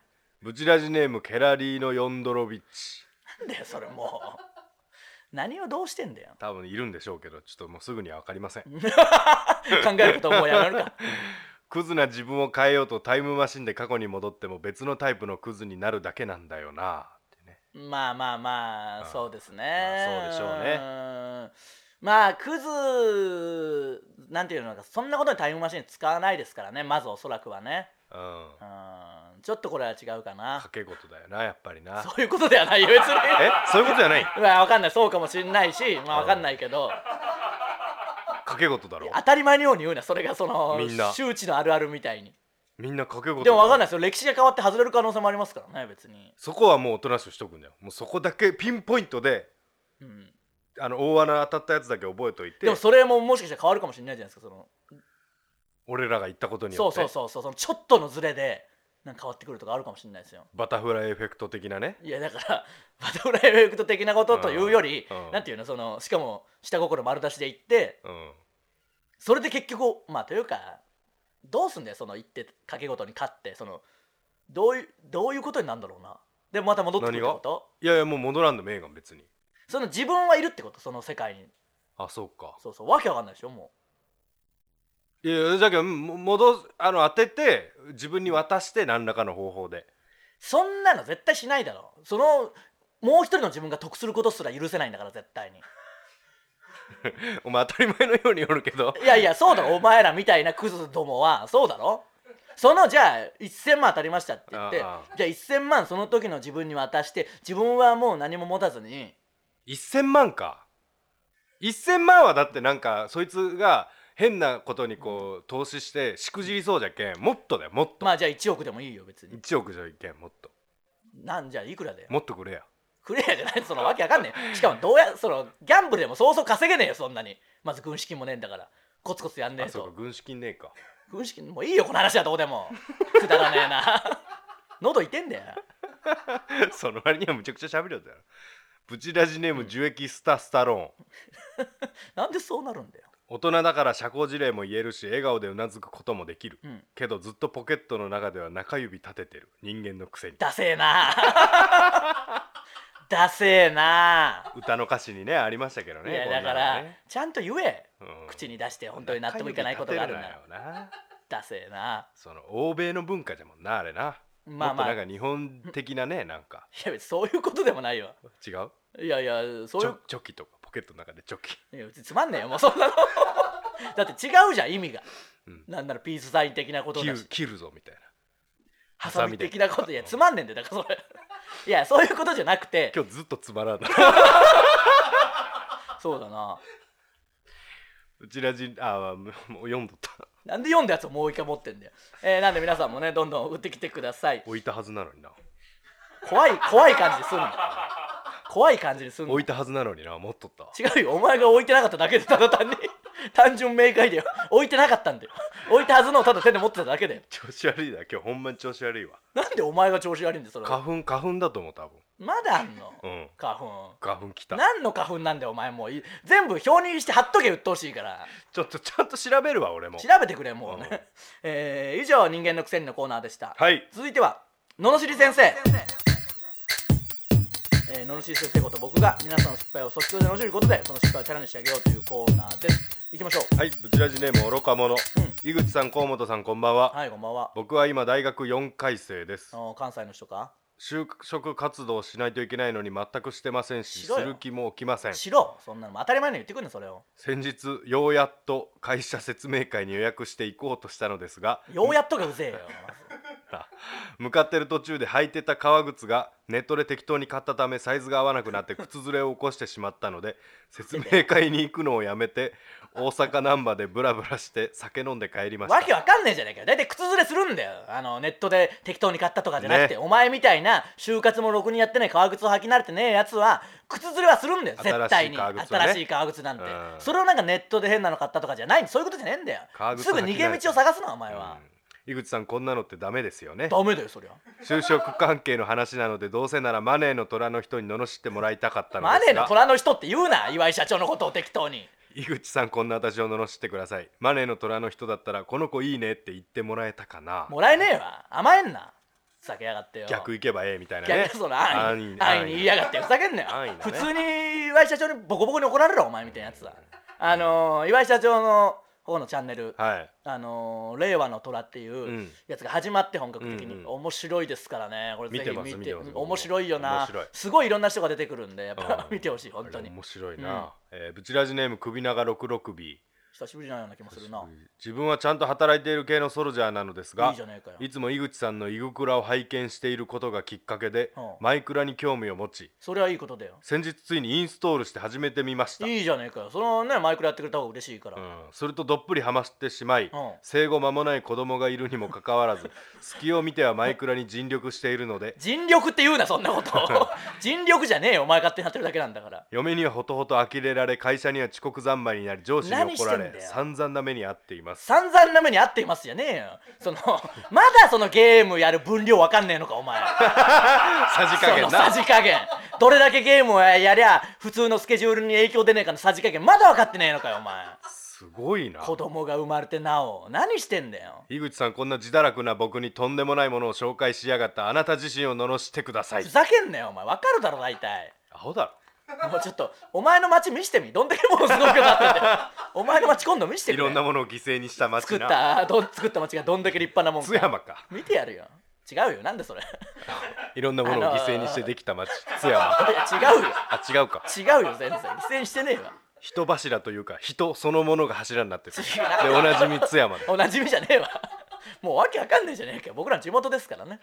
Speaker 3: ブチラジネームケラリーのヨンドロビッチ
Speaker 2: だよそれもう何をどうしてんだよ
Speaker 3: 多分いるんでしょうけどちょっともうすぐには分かりません
Speaker 2: 考えることはもうやめるか
Speaker 3: クズな自分を変えようとタイムマシンで過去に戻っても別のタイプのクズになるだけなんだよなってね
Speaker 2: まあまあまあ
Speaker 3: あ
Speaker 2: そうです
Speaker 3: ま
Speaker 2: ね
Speaker 3: あそうでしょうね
Speaker 2: んまあクズなんていうのかそんなことにタイムマシン使わないですからねまずおそらくはね
Speaker 3: うん
Speaker 2: うんちょっとこれは違うかな
Speaker 3: 賭け事だよなやっぱりな
Speaker 2: そういうことではないよ別に
Speaker 3: えそういうことじゃない
Speaker 2: まあわかんないそうかもしんないしまあわかんないけど
Speaker 3: 賭け事だろ
Speaker 2: 当たり前のように言うなそれがその
Speaker 3: みんな
Speaker 2: 周知のあるあるみたいに
Speaker 3: みんな賭け事
Speaker 2: でもわかんない
Speaker 3: い
Speaker 2: ですよ歴史が変わって外れる可能性もありますからね別に、
Speaker 3: そこはもうおとなしくしとくんだよもうそこだけピンポイントで
Speaker 2: うん、
Speaker 3: あの大穴当たったやつだけ覚えといて
Speaker 2: でもそれももしかしたら変わるかもしれないじゃないですかその
Speaker 3: 俺らが言ったことによ
Speaker 2: そ
Speaker 3: っ
Speaker 2: う
Speaker 3: て
Speaker 2: そうそうそうそのちょっとのズレでなんか変わってくるとかあるかもしれないですよ
Speaker 3: バタフライエフェクト的なね
Speaker 2: いやだから バタフライエフェクト的なことというより、
Speaker 3: うんうん
Speaker 2: なんていうのそのしかも下心丸出しで言って
Speaker 3: うん
Speaker 2: それで結局まあというかどうすんだよその言って賭け事に勝ってそのどういうどういうことになるんだろうなでまた戻ってくるってこと
Speaker 3: いやいやもう戻らんでもええがん別に
Speaker 2: その自分はいるってことその世界に
Speaker 3: あそうか
Speaker 2: そうそうわけわかんないでしょも
Speaker 3: いやじゃけども戻すあの当てて自分に渡して何らかの方法で
Speaker 2: うそんなの絶対しないだろそのもう一人の自分が得することすら許せないんだから絶対に
Speaker 3: お前当たり前のようによるけど
Speaker 2: いやいやそうだろお前らみたいなクズどもはそうだろそのじゃあ1000万当たりましたって言ってじゃ
Speaker 3: あ
Speaker 2: あ1000万その時の自分に渡して自分はもう何も持たずに
Speaker 3: 1000万か1000万はだってなんかそいつが変なことにこう投資してしくじりそうじゃけんもっとだよもっと
Speaker 2: まあじゃあ1億でもいいよ別に
Speaker 3: 1億じゃいけんもっと
Speaker 2: なんじゃあいくらだよ
Speaker 3: もっとくれや
Speaker 2: クレアじゃないそのわけわかんねえしかもどうやそのギャンブルでもそうそう稼げねえよそんなにまず軍資金もねえんだからコツコツやんね
Speaker 3: あ
Speaker 2: え
Speaker 3: そうか
Speaker 2: と
Speaker 3: 軍資金ねえか
Speaker 2: 軍資金もういいよこの話はどうでもくだらねえな喉痛えんだよ
Speaker 3: その割にはむちゃくちゃ喋るやつやろブチラジネーム樹液スタスタローン
Speaker 2: なんでそうなるんだよ
Speaker 3: 大人だから社交辞令も言えるし笑顔でうなずくこともできる、
Speaker 2: うん
Speaker 3: けどずっとポケットの中では中指立ててる人間のくせに
Speaker 2: ダセえ なダセえな、
Speaker 3: 歌の歌詞にねありましたけどね
Speaker 2: いや
Speaker 3: こんな
Speaker 2: だ
Speaker 3: の
Speaker 2: から、
Speaker 3: ね
Speaker 2: ちゃんと言え
Speaker 3: うん
Speaker 2: 口に出して本当に納得いかないことがあるなら
Speaker 3: 中指立てるなよな
Speaker 2: ダセえな
Speaker 3: その欧米の文化じゃもんなあれな、
Speaker 2: まあまあ
Speaker 3: もっとなんか日本的なねなんか
Speaker 2: いや別にそういうことでもないよ
Speaker 3: 違う
Speaker 2: いやいやそう
Speaker 3: チ
Speaker 2: い
Speaker 3: ョチョキとかポケットの中でチョキ
Speaker 2: ういや別につまんねえよもうそんなの だって違うじゃん意味が、
Speaker 3: うん
Speaker 2: なんならピースサイン的なこと
Speaker 3: 切
Speaker 2: だ
Speaker 3: る
Speaker 2: し
Speaker 3: 切るぞみたいな
Speaker 2: ハサミ的なこといやつまんねえんだよだからそれ いやそういうことじゃなくて
Speaker 3: 今日ずっとつまらんな
Speaker 2: そうだな
Speaker 3: うちらじあもう読んどった
Speaker 2: なんで読んだやつをもう一回持ってんだよ、えーなんで皆さんもねどんどん送ってきてください
Speaker 3: 置いたはずなのにな
Speaker 2: 怖い怖い感じすんの怖い感じにすんの
Speaker 3: 置いたはずなのにな持っとったわ
Speaker 2: 違うよお前が置いてなかっただけでただ単に 単純明快だよ置いてなかったんだよ置いたはずのをただ手で持ってただけだよ
Speaker 3: 調子悪いだ今日ほんまに調子悪いわ
Speaker 2: なんでお前が調子悪いんだよそれ
Speaker 3: 花粉花粉だと思う多分
Speaker 2: まだあんの、
Speaker 3: うん
Speaker 2: 花粉
Speaker 3: 花粉きた
Speaker 2: 何の花粉なんだよお前もうい全部表にして貼っとけ鬱陶しいから
Speaker 3: ちょっとちゃんと調べるわ俺も
Speaker 2: 調べてくれもうね、
Speaker 3: うん
Speaker 2: えー以上人間のくせにのコーナーでした、
Speaker 3: はい
Speaker 2: 続いては罵り先生えー、罵り先生こと僕が皆さんの失敗を即興で罵ることでその失敗をチャレンジしてあげようというコーナーですいきましょう
Speaker 3: はいブチラジネーム愚か者、井口さん河本さんこんばんは、
Speaker 2: はいこんばんは
Speaker 3: 僕は今大学4回生で
Speaker 2: あ
Speaker 3: す
Speaker 2: の関西の人か
Speaker 3: 就職活動をしないといけないのに全くしてませんし
Speaker 2: し
Speaker 3: す
Speaker 2: ろよ
Speaker 3: る気も起きません
Speaker 2: 白そんなの当たり前の言ってくんねんそれを
Speaker 3: 先日ようやっと会社説明会に予約して行こうとしたのですが
Speaker 2: ようやっとがうぜえよ
Speaker 3: 向かってる途中で履いてた革靴がネットで適当に買ったためサイズが合わなく なって靴ずれを起こしてしまったので説明会に行くのをやめて大阪難波でブラブラして酒飲んで帰りました
Speaker 2: わけわかんねえじゃねえかよ大体靴ずれするんだよあのネットで適当に買ったとかじゃなくて、
Speaker 3: ね
Speaker 2: お前みたいな就活もろくにやってない革靴を履き慣れてねえやつは靴ずれはするんだよ絶対に
Speaker 3: 新しい革靴をね
Speaker 2: 新しい革靴なんて、
Speaker 3: うん
Speaker 2: それをなんかネットで変なの買ったとかじゃないそういうことじゃねえんだよ
Speaker 3: 革靴
Speaker 2: すぐ逃げ道を探すなお前
Speaker 3: うん
Speaker 2: は、
Speaker 3: 井口さんこんなのってダメですよね
Speaker 2: ダメだよそりゃ
Speaker 3: 就職関係の話なのでどうせならマネーの虎の人に罵ってもらいたかったの
Speaker 2: マネ
Speaker 3: です
Speaker 2: ーの
Speaker 3: が
Speaker 2: 虎の人って言うな岩井社長のことを適当に
Speaker 3: 井口さんこんな私を罵ってくださいマネーの虎の人だったらこの子いいねって言ってもらえたかな
Speaker 2: もらえねえわ甘えんなふざけやがってよ
Speaker 3: 逆行けばええみたいなね
Speaker 2: 逆その安易に安易に言いやがってふざけんなよ
Speaker 3: 安易だ
Speaker 2: 普
Speaker 3: ね
Speaker 2: 通に岩井社長にボコボコに怒られるわお前みたいなやつはあのー岩井社長の方のチャンネル
Speaker 3: はい
Speaker 2: あのー令和の虎っていうんやつが始まって本格的に、
Speaker 3: うんうん
Speaker 2: 面白いですからねこれぜひ見て
Speaker 3: 見てます見てます
Speaker 2: 面白いよな
Speaker 3: 面白い
Speaker 2: すごいいろんな人が出てくるんでやっぱ
Speaker 3: うん
Speaker 2: 見てほしい本当
Speaker 3: あれ
Speaker 2: に
Speaker 3: 面白いな、えーブチラジネーム首長六六尾
Speaker 2: 久しぶりなような気もするな
Speaker 3: 自分はちゃんと働いている系のソルジャーなのですが
Speaker 2: いいじゃねえかよ
Speaker 3: いつも井口さんのイグクラを拝見していることがきっかけで、
Speaker 2: うん
Speaker 3: マイクラに興味を持ち
Speaker 2: それはいいことだよ
Speaker 3: 先日ついにインストールして始めてみました
Speaker 2: いいじゃねえかよそのねマイクラやってくれた方が嬉しいから、
Speaker 3: うんするとどっぷりハマってしまい、
Speaker 2: ん
Speaker 3: 生後間もない子供がいるにもかかわらず 隙を見てはマイクラに尽力しているので
Speaker 2: 尽力って言うなそんなこと 尽力じゃねえよお前勝手にやってるだけなんだから
Speaker 3: 嫁にはほとほと呆れられ会社には遅刻三昧になり上司に怒ら
Speaker 2: 何してん
Speaker 3: れ
Speaker 2: だよ
Speaker 3: 散々な目に遭っています
Speaker 2: 散々な目に遭っていますじゃねえよそのまだそのゲームやる分量わかんねえのかお前
Speaker 3: さじ加
Speaker 2: そ
Speaker 3: 減
Speaker 2: のさ
Speaker 3: な
Speaker 2: じ加減どれだけゲームをやりゃ普通のスケジュールに影響出ねえかのさじ加減まだ分かってねえのかよお前
Speaker 3: すごいな
Speaker 2: 子供が生まれてなお何してんだよ
Speaker 3: 井口さんこんな自堕落な僕にとんでもないものを紹介しやがったあなた自身を罵ってください
Speaker 2: ふざけんなよお前分かるだろ大体
Speaker 3: アホだろ
Speaker 2: もうちょっとお前の街見してみどんだけものすごくなってんだよお前の街今度見して
Speaker 3: い
Speaker 2: み
Speaker 3: ろんなものを犠牲にした町
Speaker 2: 作っ
Speaker 3: な
Speaker 2: たどん作った街がどんだけ立派なもん
Speaker 3: 津山か
Speaker 2: 見てやるよ違うよなんでそれ
Speaker 3: いろんなものを犠牲にしてできた町 津
Speaker 2: い
Speaker 3: 山
Speaker 2: や違うよ
Speaker 3: あ違うか
Speaker 2: 違うよ全然犠牲にしてねえわ
Speaker 3: 人柱というか人そのものが柱になってるでおなじみ津山だ
Speaker 2: おなじみじゃねえわもうわけわかんねえじゃねえかよ僕らの地元ですからね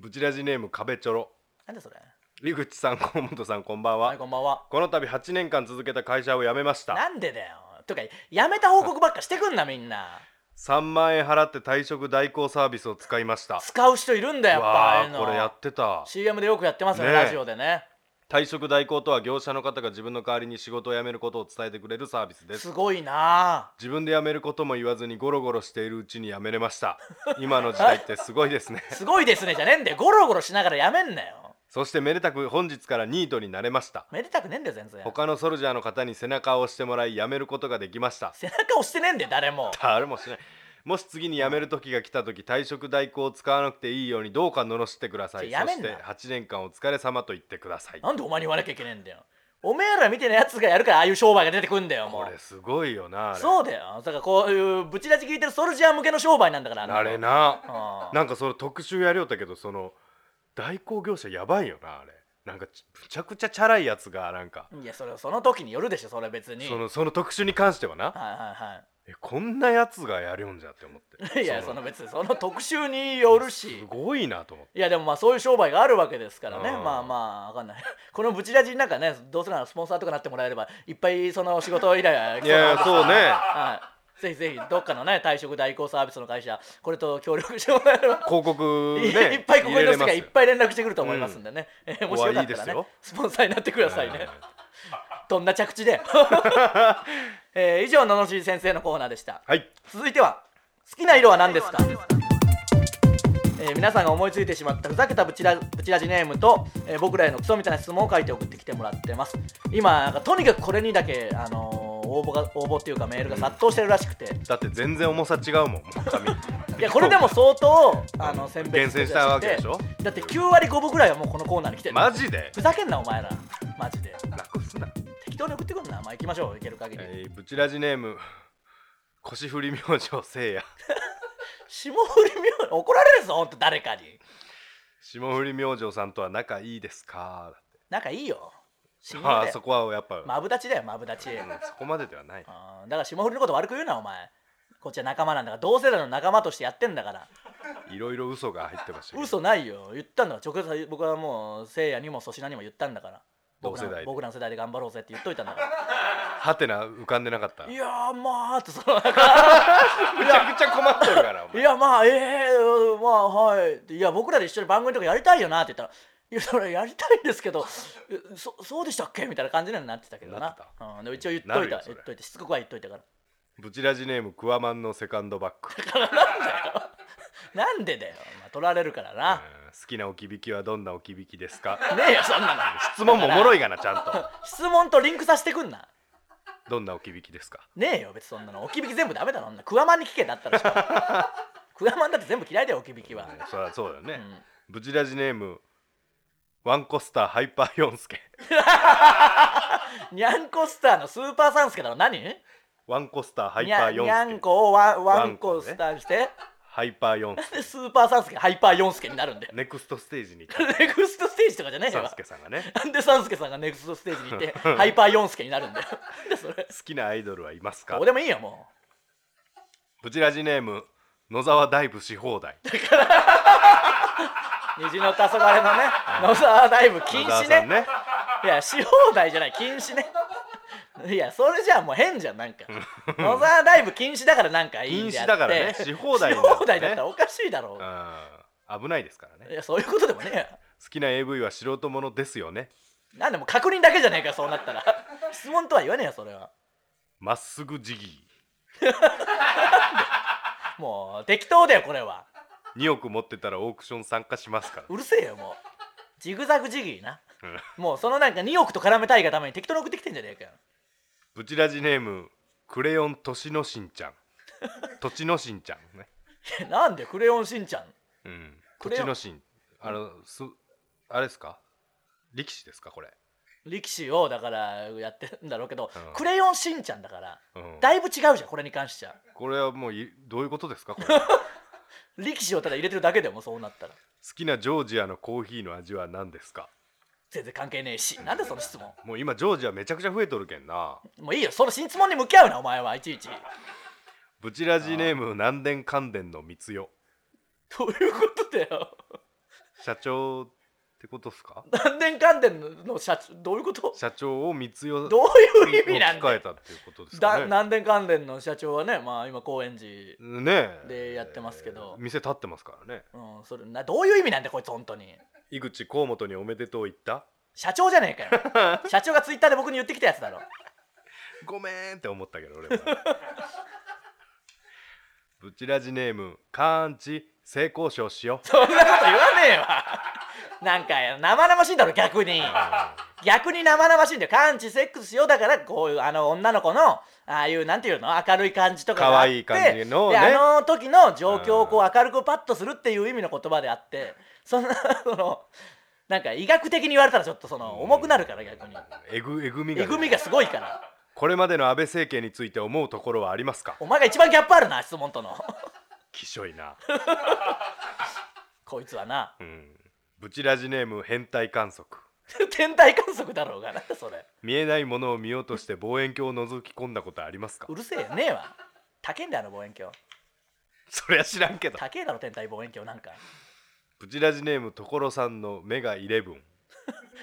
Speaker 3: ブチラジネーム壁ちょろ
Speaker 2: なんでそれ
Speaker 3: 井口さん河本さんこんばんは、
Speaker 2: はいこんばんは
Speaker 3: この度8年間続けた会社を辞めました
Speaker 2: なんでだよとかやめた報告ばっかしてくんなみんな
Speaker 3: 3万円払って退職代行サービスを使いました
Speaker 2: 使う人いるんだよやっぱああ
Speaker 3: わ
Speaker 2: いう
Speaker 3: あ
Speaker 2: の
Speaker 3: これやってた
Speaker 2: CM でよくやってますよね
Speaker 3: ねえ
Speaker 2: ラジオでね
Speaker 3: 退職代行とは業者の方が自分の代わりに仕事を辞めることを伝えてくれるサービスです
Speaker 2: すごいな
Speaker 3: 自分で辞めることも言わずにゴロゴロしているうちに辞めれました今の時代ってすごいですね
Speaker 2: あすごいですねじゃねえんだよゴロゴロしながらやめんなよ
Speaker 3: そしてめでたく本日からニートになれました
Speaker 2: めでたくねえんだよ全然
Speaker 3: 他のソルジャーの方に背中を押してもらい辞めることができました
Speaker 2: 背中押してねえんだよ誰も
Speaker 3: 誰もしないもし次に辞める時が来た時退職代行を使わなくていいようにどうか罵ってくださ
Speaker 2: ち
Speaker 3: い
Speaker 2: ょや
Speaker 3: そ
Speaker 2: め
Speaker 3: し
Speaker 2: んな
Speaker 3: て8年間お疲れ様と言ってください
Speaker 2: なんでお前に言わなきゃいけねえんだよおめえらみたいなやつがやるからああいう商売が出てくんだよも
Speaker 3: こ
Speaker 2: う
Speaker 3: れすごいよなあれ
Speaker 2: そうだよだからこういうブチラチ聞いてるソルジャー向けの商売なんだから
Speaker 3: あれ
Speaker 2: な
Speaker 3: な
Speaker 2: のうん
Speaker 3: なんかその特集やりよったけどその代行業者やばいよなあれなんかちむちゃくちゃチャラいやつがなんか
Speaker 2: いやそれその時によるでしょそれ別に
Speaker 3: そのその特集に関してはな
Speaker 2: はいはいはい
Speaker 3: えこんなやつがやるよんじゃって思っ て
Speaker 2: いやその
Speaker 3: の
Speaker 2: 別にその特集による
Speaker 3: す
Speaker 2: し
Speaker 3: ごいなと思って
Speaker 2: いやでもまあそういう商売があるわけですからね
Speaker 3: うん
Speaker 2: まあまあわかんないこのブチラジなんかねどうせならスポンサーとかなってもらえればいっぱいその仕事依頼が来
Speaker 3: い
Speaker 2: そうなん
Speaker 3: や
Speaker 2: で
Speaker 3: いや
Speaker 2: す
Speaker 3: そうね
Speaker 2: はいぜひぜひどっかのね退職代行サービスの会社これと協力してもらえれば
Speaker 3: 広告
Speaker 2: い
Speaker 3: ね
Speaker 2: いっぱいここにの
Speaker 3: 入れれ
Speaker 2: 人
Speaker 3: ま
Speaker 2: が
Speaker 3: す
Speaker 2: いっ
Speaker 3: よ
Speaker 2: ぱい連絡してくると思いますんでね、 えーもしよかっ
Speaker 3: おはいいで
Speaker 2: た
Speaker 3: す
Speaker 2: らね
Speaker 3: よ
Speaker 2: スポンサーになってくださいね、
Speaker 3: うん
Speaker 2: どんな着 地で、 えー以上ののしり先生のコーナーでした
Speaker 3: はい
Speaker 2: 続いては好きな色は何ですかえー皆さんが思いついてしまったふざけたブチラブチラジネームと、えー僕らへのクソみたいな質問を書いて送ってきてもらってます今なんかとにかくこれにだけ、あのー応募が応募っていうかメールが殺到してるらしくて、
Speaker 3: だって全然重さ違うもんもう髪
Speaker 2: いやこれでも相当あの選別
Speaker 3: 厳選したわけでしょ
Speaker 2: だって9割5分ぐらいはもうこのコーナーに来てる
Speaker 3: マジで
Speaker 2: ふざけんなお前らマジで
Speaker 3: 楽すな、
Speaker 2: 適当に送ってくんなまあ行きましょう行ける限り、
Speaker 3: えー、ブチラジネーム腰振り明星せいや
Speaker 2: 霜降り明星怒られるぞほんと誰かに
Speaker 3: 霜降り明星さんとは仲いいですか
Speaker 2: 仲いいよ死ぬ
Speaker 3: ま
Speaker 2: だ
Speaker 3: あそ
Speaker 2: よ
Speaker 3: こはやっぱ、
Speaker 2: マブダチだよマブダチうんだ
Speaker 3: そこまでではない
Speaker 2: から霜降りのこと悪く言うなお前こっちは仲間なんだから同世代の仲間としてやってんだから
Speaker 3: いろいろ嘘が入ってましたけど
Speaker 2: 嘘ないよ言ったんだから直接僕はもうせいやにも粗品にも言ったんだから僕ら
Speaker 3: 同世代で
Speaker 2: 僕らの世代で頑張ろうぜって言っといたんだから
Speaker 3: はてな浮かんでなかった
Speaker 2: い
Speaker 3: めち
Speaker 2: やーまあってそのなんか
Speaker 3: ゃくちゃ困ってるからお
Speaker 2: い
Speaker 3: 前
Speaker 2: やまあええまあはいっていや僕らで一緒に番組とかやりたいよなって言ったら「いやそれやりたいんですけ どえそそうでしたっけ?」みたいな感じにはなってたけど
Speaker 3: なっ
Speaker 2: な
Speaker 3: て
Speaker 2: うん、でも一応言っ
Speaker 3: な
Speaker 2: とい
Speaker 3: る
Speaker 2: た
Speaker 3: よそ
Speaker 2: 言
Speaker 3: れ
Speaker 2: っといてしつこくは言っといたから
Speaker 3: ブチラジネームクワマンのセカンドバック
Speaker 2: なんでだよ、まあ、取られるからな、
Speaker 3: うん好きな置き引きはどんな置き引きですか
Speaker 2: ねえよそんなの
Speaker 3: 質問もおもろいがなちゃんと
Speaker 2: 質問とリンクさせてくんな
Speaker 3: どんな置き引きですか
Speaker 2: ねえよ別にそんなの置き引き全部ダメだろあんなクワマンに聞けだったらしかも クワマンだって全部嫌いだよ置き引きは、
Speaker 3: うんそりゃそうだよね、
Speaker 2: うん
Speaker 3: ブチラジネームワンコスターハイパーヨンスケ
Speaker 2: にゃんこスターのスーパーサンスケだろ何
Speaker 3: ワンコスターハイ
Speaker 2: に
Speaker 3: パ
Speaker 2: ゃ
Speaker 3: ーヨ
Speaker 2: にゃん
Speaker 3: ンスケ
Speaker 2: こをワンワ
Speaker 3: ワ
Speaker 2: ン
Speaker 3: ン
Speaker 2: コ
Speaker 3: コね
Speaker 2: スターにして
Speaker 3: ハイパーヨンスケ
Speaker 2: でスーパーサンスケハイパー4スケになるんだよ
Speaker 3: ネクストステージに行っ
Speaker 2: ネクストステージとかじゃね
Speaker 3: た
Speaker 2: え
Speaker 3: サン
Speaker 2: わ
Speaker 3: スケさんがね
Speaker 2: なんでサンスケさんがネクストステージに行ってハイパー4スケになるんだよなんでそれ
Speaker 3: 好きなアイドルはいますか
Speaker 2: どうでもいいよも
Speaker 3: ブチラジネーム野沢ダイブし放題
Speaker 2: う虹の黄昏のね野沢ダイブ禁
Speaker 3: 野
Speaker 2: 止
Speaker 3: 沢
Speaker 2: ね
Speaker 3: さんね
Speaker 2: いやし放題じゃない禁止ねいやそれじゃもう変じゃんなんか野沢ダイブ禁止だからなんかいいんであって
Speaker 3: 禁止だからねし放題
Speaker 2: し
Speaker 3: になるね
Speaker 2: 放題だったらおかしいだろう、
Speaker 3: うん危ないですからね
Speaker 2: いやそういうことでもねえよ
Speaker 3: 好きな AV は素人ものですよね
Speaker 2: なんでもう確認だけじゃねえかそうなったら質問とは言わねえよそれは
Speaker 3: まっすぐジギ
Speaker 2: もう適当だよこれは
Speaker 3: ー2億持ってたらオークション参加しますから
Speaker 2: うるせえよもうジグザグジギーな
Speaker 3: うん
Speaker 2: もうそのなんか2億と絡めたいがために適当に送ってきてんじゃねえかよ
Speaker 3: ブチラジネームクレヨンとしのしんちゃんとちのしんちゃんね
Speaker 2: いやなんでクレヨンしんちゃん
Speaker 3: うん
Speaker 2: ク
Speaker 3: と
Speaker 2: レヨ
Speaker 3: ち
Speaker 2: ン
Speaker 3: のしんあのすあれですか力士ですかこれ、
Speaker 2: 力士をだからやってるんだろうけど、
Speaker 3: うん
Speaker 2: クレヨンしんちゃんだから
Speaker 3: うん、
Speaker 2: だいぶ違うじゃんこれに関しては
Speaker 3: これはもういどういうことですかこ れ
Speaker 2: 力士をただ入れてるだけでもそうなったら
Speaker 3: 好きなジョージアのコーヒーの味は何ですか
Speaker 2: 全然関係ねえしなんでその質問
Speaker 3: もう今ジョージアめちゃくちゃ増えとるけんな
Speaker 2: もういいよその質問に向き合うなお前はいちいち
Speaker 3: ブチラジネーム南電関電の三つ代
Speaker 2: どういうことだよ
Speaker 3: 社長ってことですか
Speaker 2: 何年関連の社長どういうこと
Speaker 3: 社長を三つ代
Speaker 2: ど
Speaker 3: う
Speaker 2: ういう意味なんだ
Speaker 3: 控え
Speaker 2: よ
Speaker 3: たっていうことですか
Speaker 2: だ
Speaker 3: ね
Speaker 2: 南電関連の社長はねまあ今高円寺
Speaker 3: ねえ
Speaker 2: でやってますけど
Speaker 3: 店立ってますからね
Speaker 2: うんそれなどういう意味なんだよこいつ本当に
Speaker 3: 井口河本におめでとう言った
Speaker 2: 社長じゃねえか よ社長がツイッターで僕に言ってきたやつだろ
Speaker 3: ごめんって思ったけど俺は ブチラジネームカーンチ性交渉しよう
Speaker 2: そんなこと言わねえわなんか生々しいんだろ逆に逆に生々しいんだよ感知セックスしようだからこういうあの女の子のああいうなんていうの明るい感じとかがあって
Speaker 3: 可愛い感じのね
Speaker 2: であの時の状況をこう明るくパッとするっていう意味の言葉であってそんなそのなんか医学的に言われたらちょっとその重くなるから逆に
Speaker 3: えぐえぐみが,、
Speaker 2: えぐみがすごいから
Speaker 3: これまでの安倍政権について思うところはありますか
Speaker 2: お前が一番ギャップあるな質問との
Speaker 3: きしょいな、
Speaker 2: こいつはな
Speaker 3: うん、ブチラジネーム変態観測
Speaker 2: 天体観測だろうがなんだそれ
Speaker 3: 見えないものを見ようとして望遠鏡を覗き込んだことありますか
Speaker 2: うるせえよねえわ高えんだよあの望遠鏡
Speaker 3: そりゃ知らんけど
Speaker 2: 高えだろ天体望遠鏡なんか
Speaker 3: ブチラジネーム所さんの目がイレブン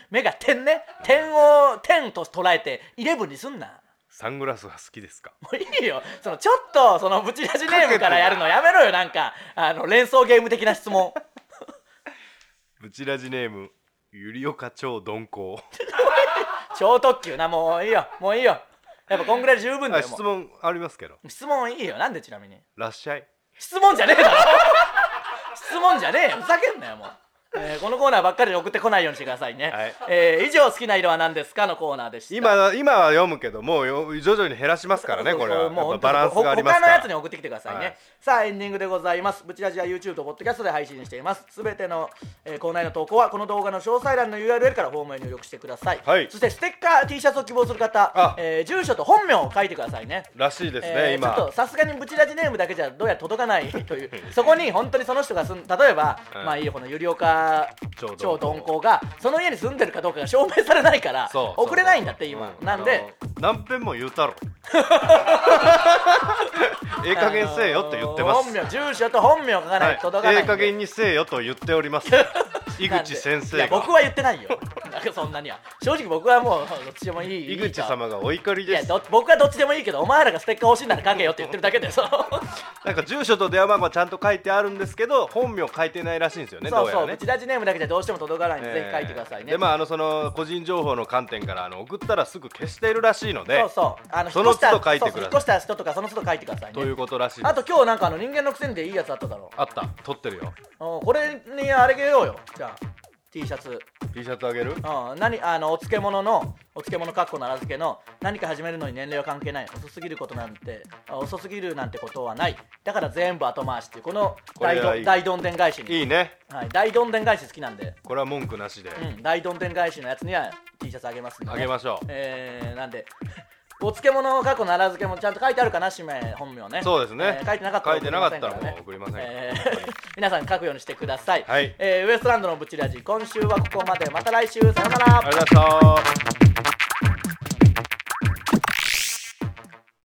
Speaker 2: 目が点ね点を点と捉えてイレブンにすんな
Speaker 3: サングラスは好きですか
Speaker 2: もういいよそのちょっとそのブチラジネームからやるのやめろよなんかあの連想ゲーム的な質問
Speaker 3: ブチラジネームゆりおか超鈍行
Speaker 2: 超特急なもういいよもういいよやっぱこんぐらいで十分だ
Speaker 3: あ
Speaker 2: よもう
Speaker 3: 質問ありますけど
Speaker 2: 質問いいよなんでちなみに
Speaker 3: らっしゃい
Speaker 2: 質問じゃねえだろ質問じゃねえよふざけんなよもう、えーこのコーナーばっかりで送ってこないようにしてくださいね、
Speaker 3: はい
Speaker 2: えー以上好きな色は何ですかのコーナーでした
Speaker 3: 今今は読むけどもうよ徐々に減らしますからねこれはやっ
Speaker 2: もう
Speaker 3: ぱバランスがありますか
Speaker 2: 他のや
Speaker 3: ら
Speaker 2: つに送ってきてくださいね、
Speaker 3: はい
Speaker 2: さあエンディングでございますブチラジは YouTube と Podcast で配信していますすべての、えー、コーナーへの投稿はこの動画の詳細欄の URL からフォームへ入力してください、
Speaker 3: はい
Speaker 2: そしてステッカー T シャツを希望する方
Speaker 3: あ、
Speaker 2: えー住所と本名を書いてくださいね
Speaker 3: らしいですね、
Speaker 2: えーちょっ
Speaker 3: 今
Speaker 2: とさすがにブチラジネームだけじゃどうやら届かないというそこに本当にその人が 住ん例えば、
Speaker 3: うん
Speaker 2: まあいいよこの百合岡
Speaker 3: 超鈍行
Speaker 2: 超鈍行がその家に住んでるかどうかが証明されないから
Speaker 3: そうそう
Speaker 2: 送れないんだって今、
Speaker 3: う
Speaker 2: なんで
Speaker 3: あの何遍も言うた ろええ加減せえよと言ってま
Speaker 2: あの
Speaker 3: す、
Speaker 2: ー本名住所と本名書かないと届か
Speaker 3: はい、
Speaker 2: ない
Speaker 3: ええ
Speaker 2: んで、
Speaker 3: 加減にせえよと言っております井口先
Speaker 2: いや
Speaker 3: 生が
Speaker 2: 僕は言ってないよなんかそんなには正直僕はもうどっちでもいい
Speaker 3: 井口
Speaker 2: いいと
Speaker 3: 様がお怒り
Speaker 2: い
Speaker 3: で
Speaker 2: や
Speaker 3: す
Speaker 2: ど僕はどっちでもいいけどお前らがステッカー欲しいなら書けよって言ってるだけ でその
Speaker 3: なんか住所と電話番号はちゃんと書いてあるんですけど本名書いてないらしいんですよね
Speaker 2: そう
Speaker 3: どう
Speaker 2: そ
Speaker 3: や
Speaker 2: う
Speaker 3: らね
Speaker 2: ブチラジネームだけじゃどうしても届かないんで、
Speaker 3: え
Speaker 2: ぜ
Speaker 3: ー
Speaker 2: ひ書いてくださいね
Speaker 3: でまああのその個人情報の観点からあの送ったらすぐ消しているらしいので
Speaker 2: そうそうあの
Speaker 3: その
Speaker 2: 引っ越した
Speaker 3: 都度書いてくださ
Speaker 2: そうそ
Speaker 3: い
Speaker 2: う引っ越した人とかその都度書いてください
Speaker 3: とい
Speaker 2: ね
Speaker 3: うことらしいです
Speaker 2: あと今日なんかあの人間のくせにでいいやつあっただろ
Speaker 3: あった撮ってるよ
Speaker 2: うんこれにあれげようよじゃあ T シャツ
Speaker 3: T シャツあげる
Speaker 2: うん、何あのお漬物のお漬物かっこなら漬けの何か始めるのに年齢は関係ない遅すぎることなんてあ遅すぎるなんてことはないだから全部後回しっていうこの
Speaker 3: こ
Speaker 2: 大
Speaker 3: れ
Speaker 2: ど
Speaker 3: はい
Speaker 2: ん
Speaker 3: い
Speaker 2: 大どんでん返しに
Speaker 3: いいね
Speaker 2: はい、大どんでん返し好きなんで、
Speaker 3: これは文句なしで
Speaker 2: うん、大どんでん返しのやつには T シャツあげますんで、ね、
Speaker 3: あげましょう
Speaker 2: えー、なんで お漬物の過去なら漬けもちゃんと書いてあるかな氏名本名ね
Speaker 3: そうですね
Speaker 2: えー書いてなかったら
Speaker 3: 書いてなかったら
Speaker 2: 送りませんからね
Speaker 3: もう送りませんから
Speaker 2: えー 皆さん書くようにしてください、
Speaker 3: はい
Speaker 2: えーウエストランドのブチラジ今週はここまでまた来週さようなら
Speaker 3: ありがとうございました